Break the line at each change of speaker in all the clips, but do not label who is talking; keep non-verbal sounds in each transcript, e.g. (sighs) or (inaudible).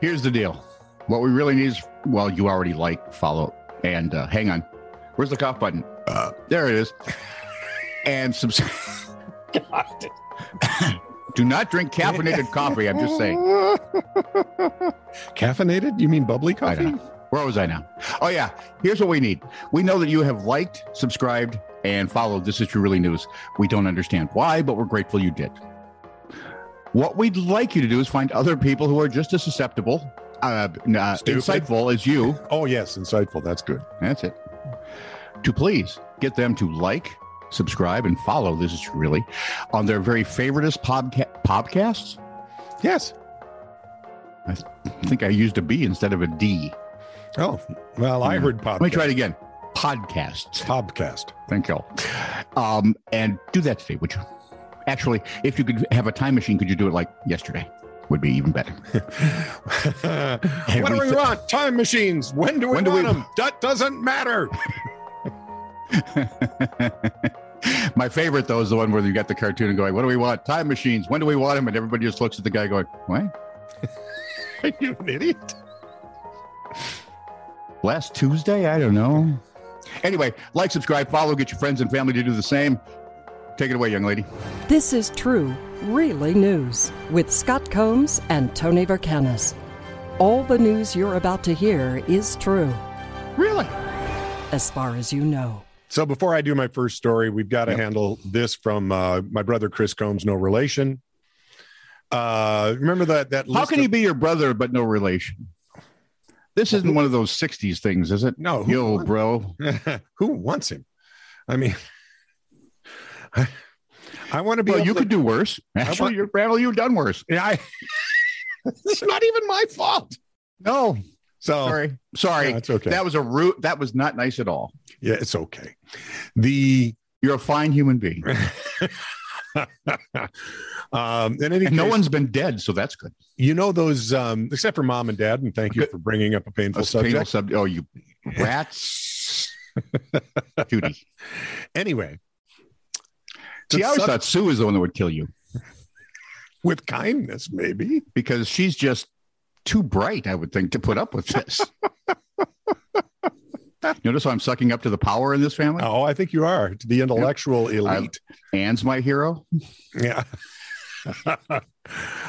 Here's the deal. What we really need is, well, you already like, follow, and uh, hang on. Where's the cough button? Uh, there it is. And subscribe.
God.
Do not drink caffeinated coffee. I'm just saying.
(laughs) Caffeinated? You mean bubbly
I
coffee?
don't know. Where was I now? Oh, yeah. Here's what we need. We know that you have liked, subscribed, and followed This Is True Really News. We don't understand why, but we're grateful you did. What we'd like you to do is find other people who are just as susceptible, uh, n- uh,
Stupid.
insightful as you.
Oh, yes. Insightful. That's good.
That's it. To please get them to like, subscribe, and follow This Is True Really on their very favoriteest podca- podcasts.
Yes.
I think I used a B instead of a D.
Oh, well, I
Yeah.
heard podcast.
Hmm. Let me try it again. Podcasts.
Podcast.
Thank you. Um, and do that today, would you? Actually, if you could have a time machine, could you do it like yesterday? Would be even better. (laughs)
what
we
do (laughs) we
th-
want? Time machines. When do we
When do
want
we-
them? That doesn't matter. (laughs)
My favorite though is the one where you got the cartoon and going, "What do we want? Time machines? When do we want them?" And everybody just looks at the guy going, "What?
you an idiot.
Last Tuesday? I don't know." Anyway, like, subscribe, follow, get your friends and family to do the same. Take it away, young lady.
This is true, really news with Scott Combs and Tony Vercanis. All the news you're about to hear is true,
Really?
as far as you know.
So before I do my first story, we've got to handle this from uh, my brother Chris Combs, no relation. Uh, remember that that
How
list
can
of-
he be your brother but no relation? This isn't one of those '60s things, is it?
No, who
Yo,
wants-
bro.
(laughs) who wants him? I mean, (laughs) I, I want to be.
Well,
able
you
to-
could do worse.
want-
Actually, your family, you've done worse.
Yeah, (laughs) I, it's not even my fault.
No,
So
sorry, Oh, sorry.
No, it's okay.
That was a root. That was not nice at all.
yeah, it's okay. The
You're a fine human (laughs) being.
um, in any
And no
case,
one's been dead, so that's good.
you know those um, except for mom and dad, and thank you for bringing up a painful
A
subject.
fatal sub- oh, (laughs) you (laughs) rats. Judy.
Anyway,
See,
The
I always
sub-
thought Sue was the one that would kill you
with kindness, maybe.
because she's just too bright, I would think, to put up with
(laughs)
this. Notice how I'm sucking up to the power in this family?
Oh, I think you are to the intellectual elite.
Anne's my hero.
yeah.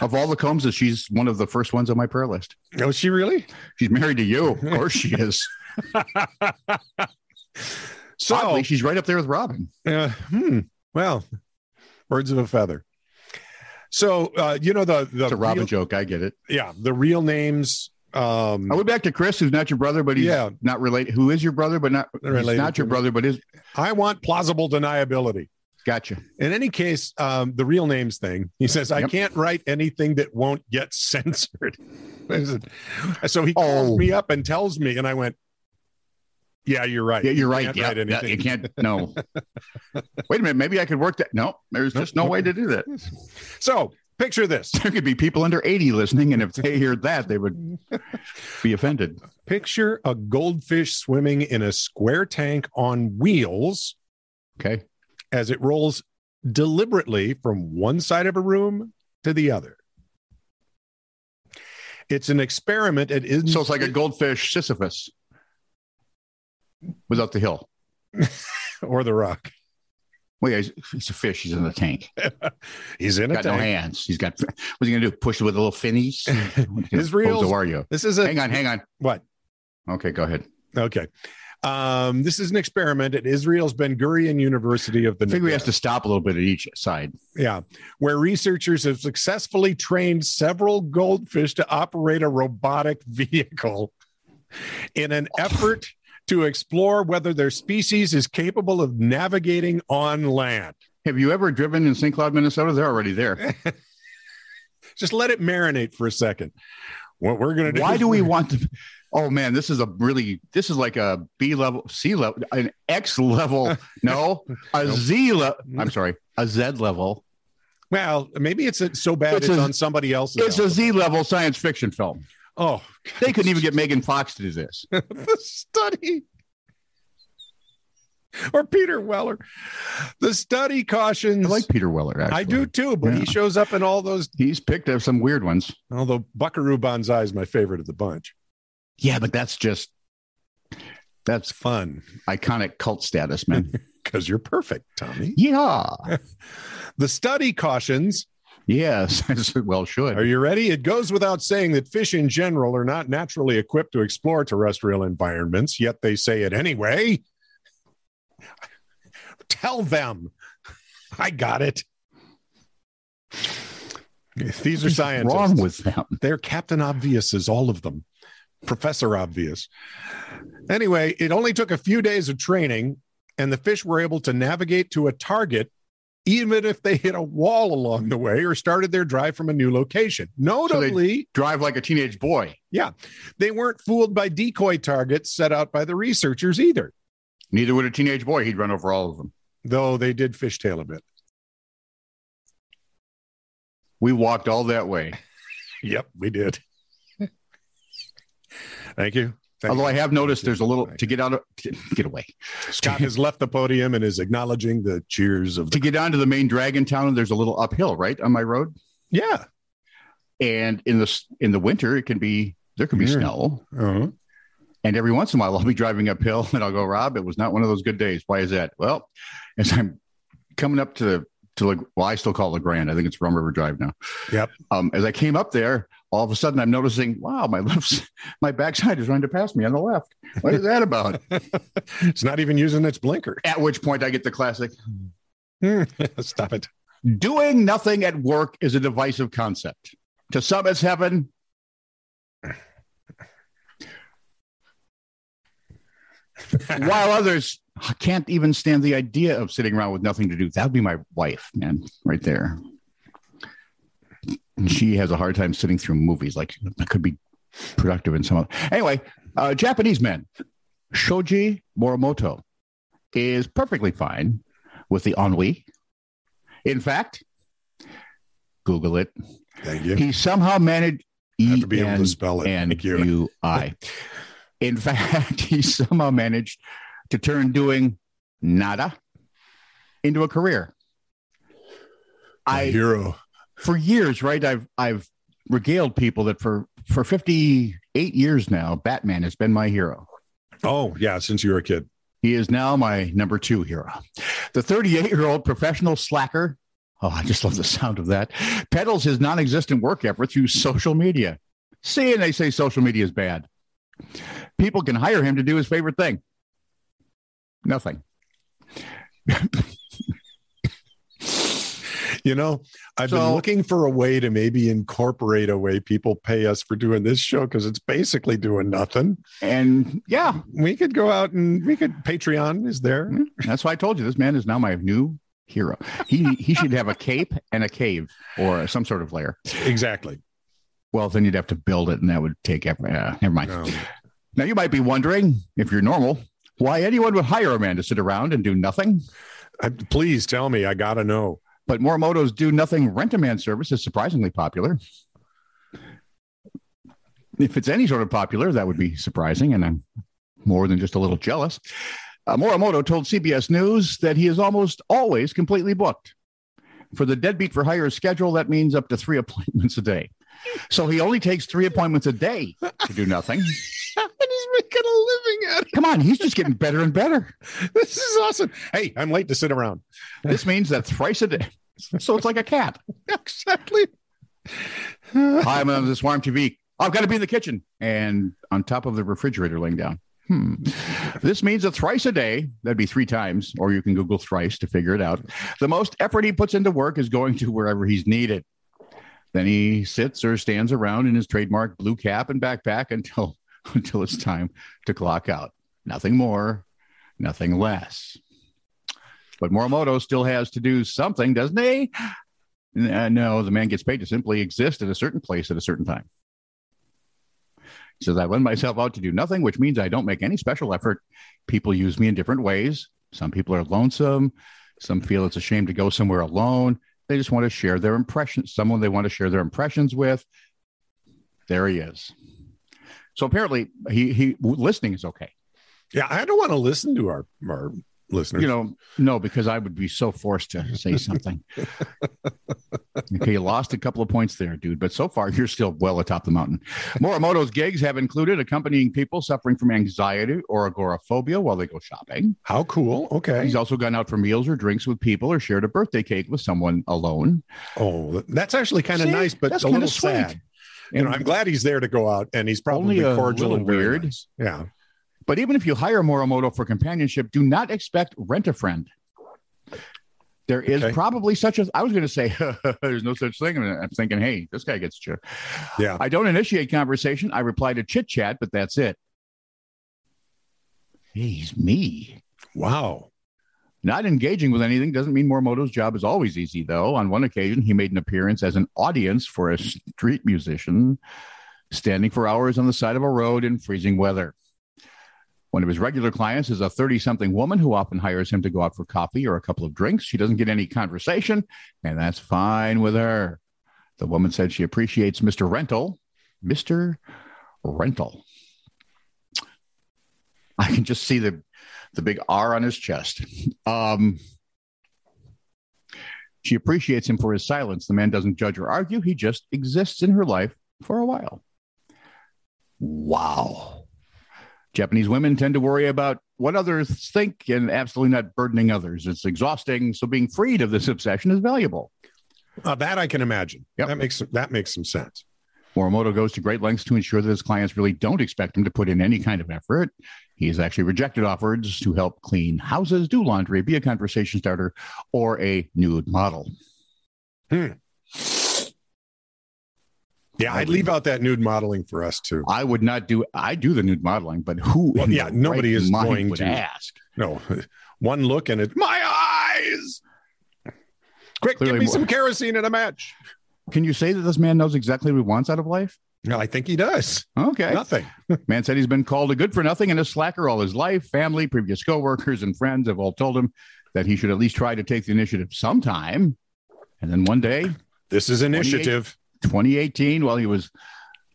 Of all the Combses, she's one of the first ones on my prayer list.
oh, she really?
She's married to you. Of course she is.
(laughs) So,
Oddly, she's right up there with Robin.
uh, hmm, well, birds of a feather. So, uh, you know the the
It's a Robin
real,
joke. I get it.
yeah the real names. Um,
Are we back to Chris, who's not your brother, but he's
Yeah.
not related? Who is your brother, but not he's
Related
not
to
your
me.
brother, but is
I want plausible deniability.
gotcha.
In any case, um, the real names thing. He says I
Yep.
can't write anything that won't get (laughs) censored. I said- so he calls
Oh.
me up and tells me, and I went, "Yeah, you're right.
Yeah, you're
You
right.
can't
Yeah,
write
yeah,
anything.
you can't.
(laughs)
No. Wait a minute. Maybe I could work that. No, there's
Nope,
just no
nope.
way to do that.
So picture this.
There could be people under 80 listening, and if they heard that, they
(laughs)
would be offended.
Picture a goldfish swimming in a square tank on wheels
Okay.
as it rolls deliberately from one side of a room to the other. It's an experiment. It is
So it's like a goldfish Sisyphus without the hill.
or the rock.
Well, yeah, he's, he's a fish. He's in the tank.
He's in a
Got no
tank.
hands. He's got. What's he gonna do? Push it with little
(laughs)
finnies?
Israel's-
Who are you?
This is a
Hang on. Hang on.
what?
Okay, go ahead.
Okay. Um, this is an experiment at Israel's Ben Gurion University of the
I think we have
Negev.
to stop a little bit at each side.
Yeah, where researchers have successfully trained several goldfish to operate a robotic (laughs) vehicle in an effort to explore whether their species is capable of navigating on land.
Have you ever driven in St. Cloud, Minnesota? They're already there.
Just let it marinate for a second. What we're going to do?
Why
is (laughs)
do we
we're-
want to? Oh man, this is a really this is like a B level, C level, an X
(laughs)
level. No, a
Nope.
Z level. I'm sorry, a Z level.
Well, maybe it's so bad
It's
it's,
a-
on somebody else's.
It's a Z level science fiction film.
oh, (laughs)
They couldn't even get Megan Fox to do this.
the study. or Peter Weller. The study cautions.
I like Peter Weller. Actually.
I do too, but
Yeah.
he shows up in all those.
He's picked up some weird ones.
Although Buckaroo Banzai is my favorite of the bunch.
Yeah, but that's just
It's
that's
fun
iconic cult status,
(laughs)
man.
because you're perfect, Tommy.
yeah.
The study cautions.
Yes. (laughs) well, should.
Are you ready? It goes without saying that fish in general are not naturally equipped to explore terrestrial environments, yet they say it anyway. (laughs) Tell them. I got it. These are scientists.
wrong with them?
They're Captain Obviouses, all of them. Professor Obvious. Anyway, it only took a few days of training, and the fish were able to navigate to a target, even if they hit a wall along the way or started their drive from a new location. Notably,
Drive like a teenage boy.
they weren't fooled by decoy targets set out by the researchers either,
Neither would a teenage boy. He'd run over all of them.
though they did fishtail a bit.
We walked all that way.
Yep, we did. (laughs) Thank you. Thank
Although I
you.
have noticed there's a little
Thank
to get out of to get away
you. Scott has left the podium and is acknowledging the cheers
to
of the.
get onto the main dragon town. There's a little uphill right on my road,
Yeah.
and in the s- in the winter it can be there can be
Yeah.
snow.
Uh-huh.
And every once in a while, (laughs) I'll be driving uphill and I'll go, Rob, it was not one of those good days. Why is that? Well, as I'm coming up to, to, La- well, I still call it LeGrand. I think it's Rum River Drive now.
Yep.
Um, as I came up there, all of a sudden I'm noticing, wow, my (laughs) left, my backside is running to pass me on the left. What is that
(laughs)
about?
it's not even using its blinker.
at which point I get the classic Hmm.
(laughs) Stop it.
doing nothing at work is a divisive concept. To some, it's heaven. While others can't even stand the idea of sitting around with nothing to do. That would be my wife, man, right there. She has a hard time sitting through movies. Like, I could be productive in some other. Anyway, uh, Japanese men, Shoji Morimoto is perfectly fine with the ennui. In fact, Google it.
Thank you.
He somehow managed
I
E
have to be able to
N
spell it.
N
Thank you.
U I. In fact, (laughs) he somehow managed to turn doing nada into a career.
My
I
hero.
for years, right? I've I've regaled people that for for 58 years now, Batman has been my hero.
Oh, yeah, since you were a kid.
He is now my number two hero. The 38 year old professional slacker. Oh, I just love the sound of that. Peddles his non existent work effort through social media. See, and they say social media is bad. People can hire him to do his favorite thing nothing.
You know, I've been
So-
looking for a way to maybe incorporate a way people pay us for doing this show because it's basically doing nothing.
And yeah,
We could go out and we could Patreon is there.
that's why I told you this man is now my new hero. He, he should have a cape and a cave or some sort of lair.
Exactly.
Well, then you'd have to build it, and that would take. eff- Uh, never mind.
No.
Now, you might be wondering, if you're normal, why anyone would hire a man to sit around and do nothing.
I- please tell me. I gotta know. (laughs)
But Morimoto's do nothing rent a man service is surprisingly popular. If it's any sort of popular, that would be surprising, and I'm more than just a little jealous. Uh, Morimoto told CBS News that he is almost always completely booked. For the deadbeat for hire schedule, that means up to three (laughs) appointments a day. So he only takes three appointments a day to do nothing.
and he's making a living at
Come on, he's just getting better and better.
it. This is awesome. Hey, I'm late to sit around. (laughs)
This means that thrice a day. So it's like a cat.
exactly.
Hi, (laughs) I'm on this warm TV. I've got to be in the kitchen and on top of the refrigerator laying down. Hmm. This means that thrice a day, that'd be three times, or you can Google thrice to figure it out. The most effort he puts into work is going to wherever he's needed. Then he sits or stands around in his trademark blue cap and backpack until (laughs) until it's time to clock out. Nothing more, nothing less. But Morimoto still has to do something, doesn't he? N- uh, no, the man gets paid to simply exist at a certain place at a certain time. He says, I lend myself out to do nothing, which means I don't make any special effort. People use me in different ways. Some people are lonesome. Some feel it's a shame to go somewhere alone. They just want to share their impressions, someone they want to share their impressions with. There he is. So apparently, he, he listening is okay.
Yeah, I don't want to listen to our, our listeners.
You know, no, because I would be so forced to say
(laughs)
something. okay, you lost a couple of points there, dude, but so far you're still well atop the mountain. Morimoto's gigs have included accompanying people suffering from anxiety or agoraphobia while they go shopping.
How cool. Okay.
He's also gone out for meals or drinks with people or shared a birthday cake with someone alone.
Oh, that's actually kind of
See?
nice, but
That's
a
kinda
little
sweet.
sad. You know,
And-
I'm glad he's there to go out, and he's probably
Only a
cordial
little
and very
weird.
nice. Yeah.
But even if you hire Morimoto for companionship, do not expect rent a friend. There is
Okay.
probably such a. I was going to say (laughs) there's no such thing. and I'm thinking, hey, this guy gets you.
Yeah.
I don't initiate conversation. I reply to chit chat, but that's it. He's me.
Wow.
Not engaging with anything doesn't mean Morimoto's job is always easy, though. On one occasion, he made an appearance as an audience for a street musician, standing for hours on the side of a road in freezing weather. One of his regular clients is a 30 something woman who often hires him to go out for coffee or a couple of drinks. She doesn't get any conversation, and that's fine with her. The woman said she appreciates Mr. Rental. Mr. Rental. I can just see the the big R on his chest. Um, she appreciates him for his silence. The man doesn't judge or argue, he just exists in her life for a while. Wow. Japanese women tend to worry about what others think and absolutely not burdening others. It's exhausting. So being freed of this obsession is valuable.
Uh, that I can imagine.
Yep.
That makes that makes some sense.
Morimoto goes to great lengths to ensure that his clients really don't expect him to put in any kind of effort. He has actually rejected offers to help clean houses, do laundry, be a conversation starter, or a nude model.
Hmm. Yeah, I'd leave out that nude modeling for us too.
I would not do. I do the nude modeling, but who?
Well,
in
yeah,
their
nobody
right
is
mind
going
would
to.
ask.
No, (laughs) one look and it. My eyes. Quick,
Clearly
give me
more-
some kerosene and a match.
Can you say that this man knows exactly what he wants out of life?
No, I think he does.
Okay,
Nothing.
man said he's been called a good for nothing and a slacker all his life. Family, previous coworkers, and friends have all told him that he should at least try to take the initiative sometime. And then one day,
This is initiative.
2018 while he was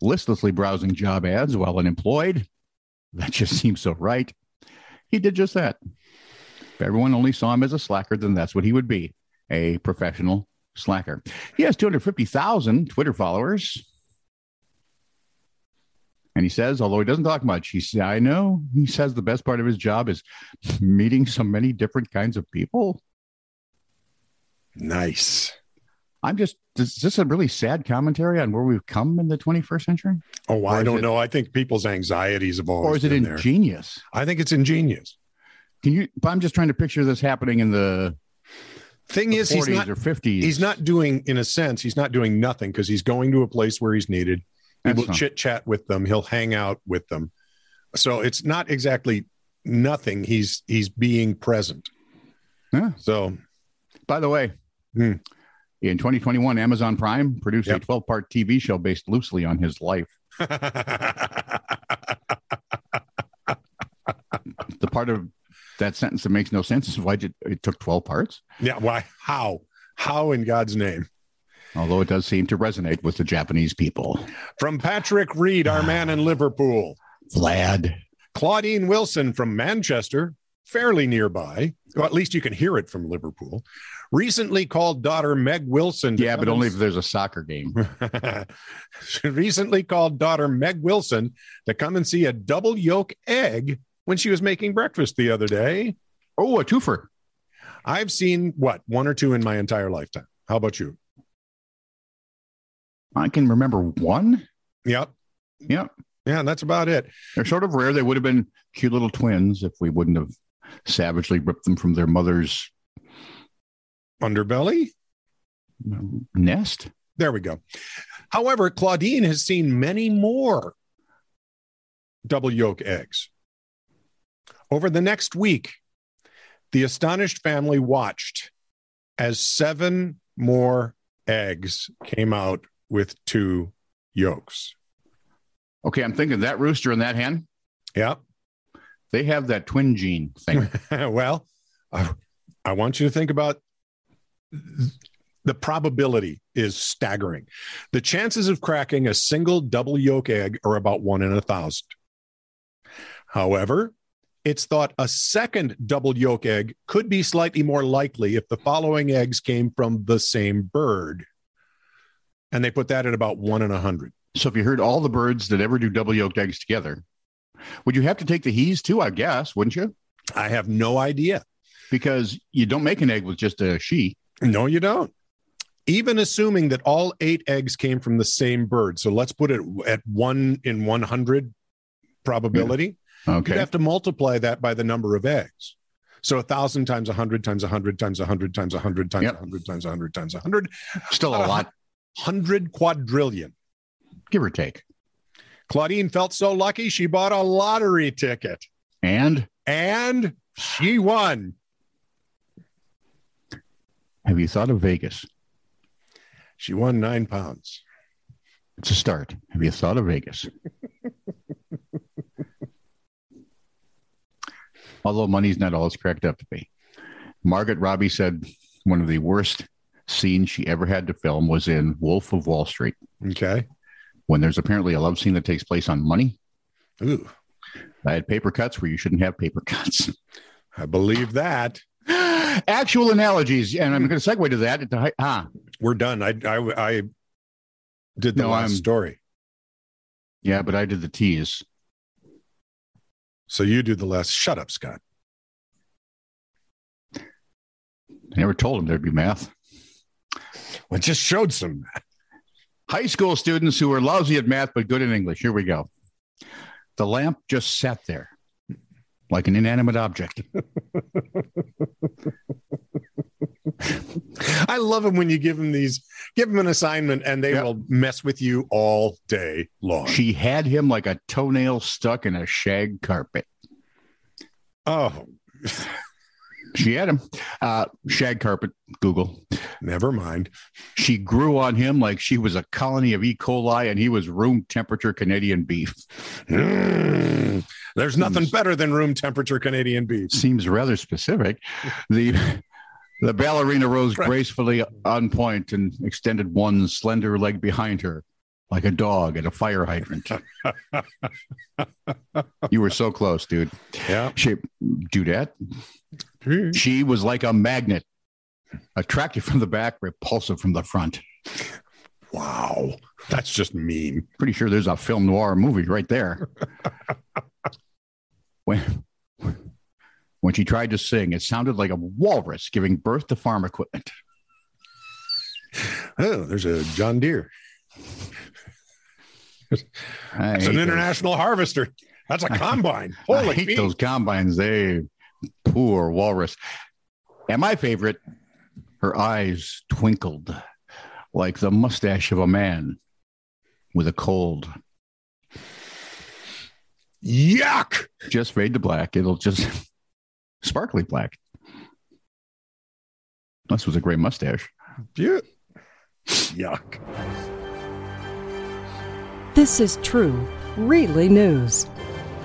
listlessly browsing job ads while unemployed. That just (laughs) seems so right. He did just that. If everyone only saw him as a slacker, then that's what he would be a professional slacker. He has 250,000 Twitter followers. And he says, although he doesn't talk much, he says, I know. He says the best part of his job is meeting so many different kinds of people.
Nice.
I'm just, is this a really sad commentary on where we've come in the 21st century?
Oh,
Or
I
is
don't
it-
know. I think people's anxieties have always
or is it
been there.
ingenious?
I think it's ingenious.
Can you? but I'm just trying to picture this happening in the
Thing is, he's
40s
not
or 50s.
he's not doing in a sense he's not doing nothing because he's going to a place where he's needed he
That's
will
fine.
chit chat with them he'll hang out with them so it's not exactly nothing he's he's being present
Yeah.
so (laughs)
By the way,
Hmm.
in 2021, Amazon Prime produced
Yep.
a 12 part TV show based loosely on his life. The part of that sentence that makes no sense is why did it took 12 parts,
yeah why how how in god's name
although it does seem to resonate with the Japanese people.
from patrick reed (sighs) our man in liverpool
Vlad.
Claudine Wilson from Manchester, fairly nearby, or at least you can hear it from Liverpool, recently called daughter Meg Wilson. to
Yeah,
come
but only if
and-
there's a soccer game.
she (laughs) recently called daughter Meg Wilson to come and see a double yolk egg when she was making breakfast the other day.
Oh, a twofer.
I've seen what one or two in my entire lifetime. How about you?
I can remember one.
Yep.
Yep.
Yeah, that's about it.
They're sort of rare. They would have been cute little twins if we wouldn't have savagely ripped them from their mother's
Underbelly?
nest.
There we go. However, Claudine has seen many more double yolk eggs. Over the next week, the astonished family watched as seven more eggs came out with two yolks.
Okay, I'm thinking that rooster and that hen,
Yep.
they have that twin gene thing.
(laughs) well, I, I want you to think about the probability is staggering. The chances of cracking a single double yolk egg are about one in a thousand. However, It's thought a second double yolk egg could be slightly more likely if the following eggs came from the same bird. And they put that at about one in a hundred.
So if you heard all the birds that ever do double yolked eggs together, would you have to take the he's too? I guess, wouldn't you?
I have no idea.
Because you don't make an egg with just a she.
No, you don't. Even assuming that all eight eggs came from the same bird. So let's put it at one in 100 probability.
Mm, Okay.
You'd have to multiply that by the number of eggs. So a thousand times a hundred times a hundred times a hundred times a hundred times a
Yep.
hundred times a hundred times a hundred,
Still a lot,
hundred quadrillion.
give or take.
Claudine felt so lucky she bought a lottery ticket
And
and she won.
have you thought of Vegas?
She won nine pounds.
It's a start. Have you thought of Vegas? (laughs) Although money's not all it's cracked up to be. Margaret Robbie said one of the worst scenes she ever had to film was in Wolf of Wall Street
Okay.
when there's apparently a love scene that takes place on money.
Ooh,
I had paper cuts where you shouldn't have paper cuts. (laughs)
I believe that.
Actual analogies, and I'm going to segue to that. At the hi- ah,
We're done. I I, I did the
No,
last
I'm-
story.
yeah, but I did the tease.
So you do the last. Shut up, Scott. (laughs)
I never told him there'd be math.
I just showed some.
High school students who were lousy at math but good in English. Here we go. The lamp just sat there like an inanimate object.
I love them when you give them these, give them an assignment, and they
Yeah.
will mess with you all day long.
She had him like a toenail stuck in a shag carpet.
oh,
She had him. Uh, shag carpet, Google.
never mind.
She grew on him like she was a colony of E. coli and he was room temperature Canadian beef.
Mm, there's nothing better than room temperature Canadian beef.
seems rather specific. The the ballerina rose
Right.
gracefully on point and extended one slender leg behind her like a dog at a fire hydrant. you were so close, dude.
Yeah.
She dudette. She was like a magnet. Attractive from the back, repulsive from the front.
Wow. That's just mean.
Pretty sure there's a film noir movie right there. when, when she tried to sing, it sounded like a walrus giving birth to farm equipment.
Oh, there's a John Deere.
I
It's
hate
an
those-
international harvester. That's a combine.
(laughs) I
Holy
hate
feet.
those combines. They poor walrus. And my favorite, her eyes twinkled like the mustache of a man with a cold.
Yuck.
Just fade to black. It'll just (laughs) sparkly black. This was a great mustache.
You- Yuck.
This is true, really news.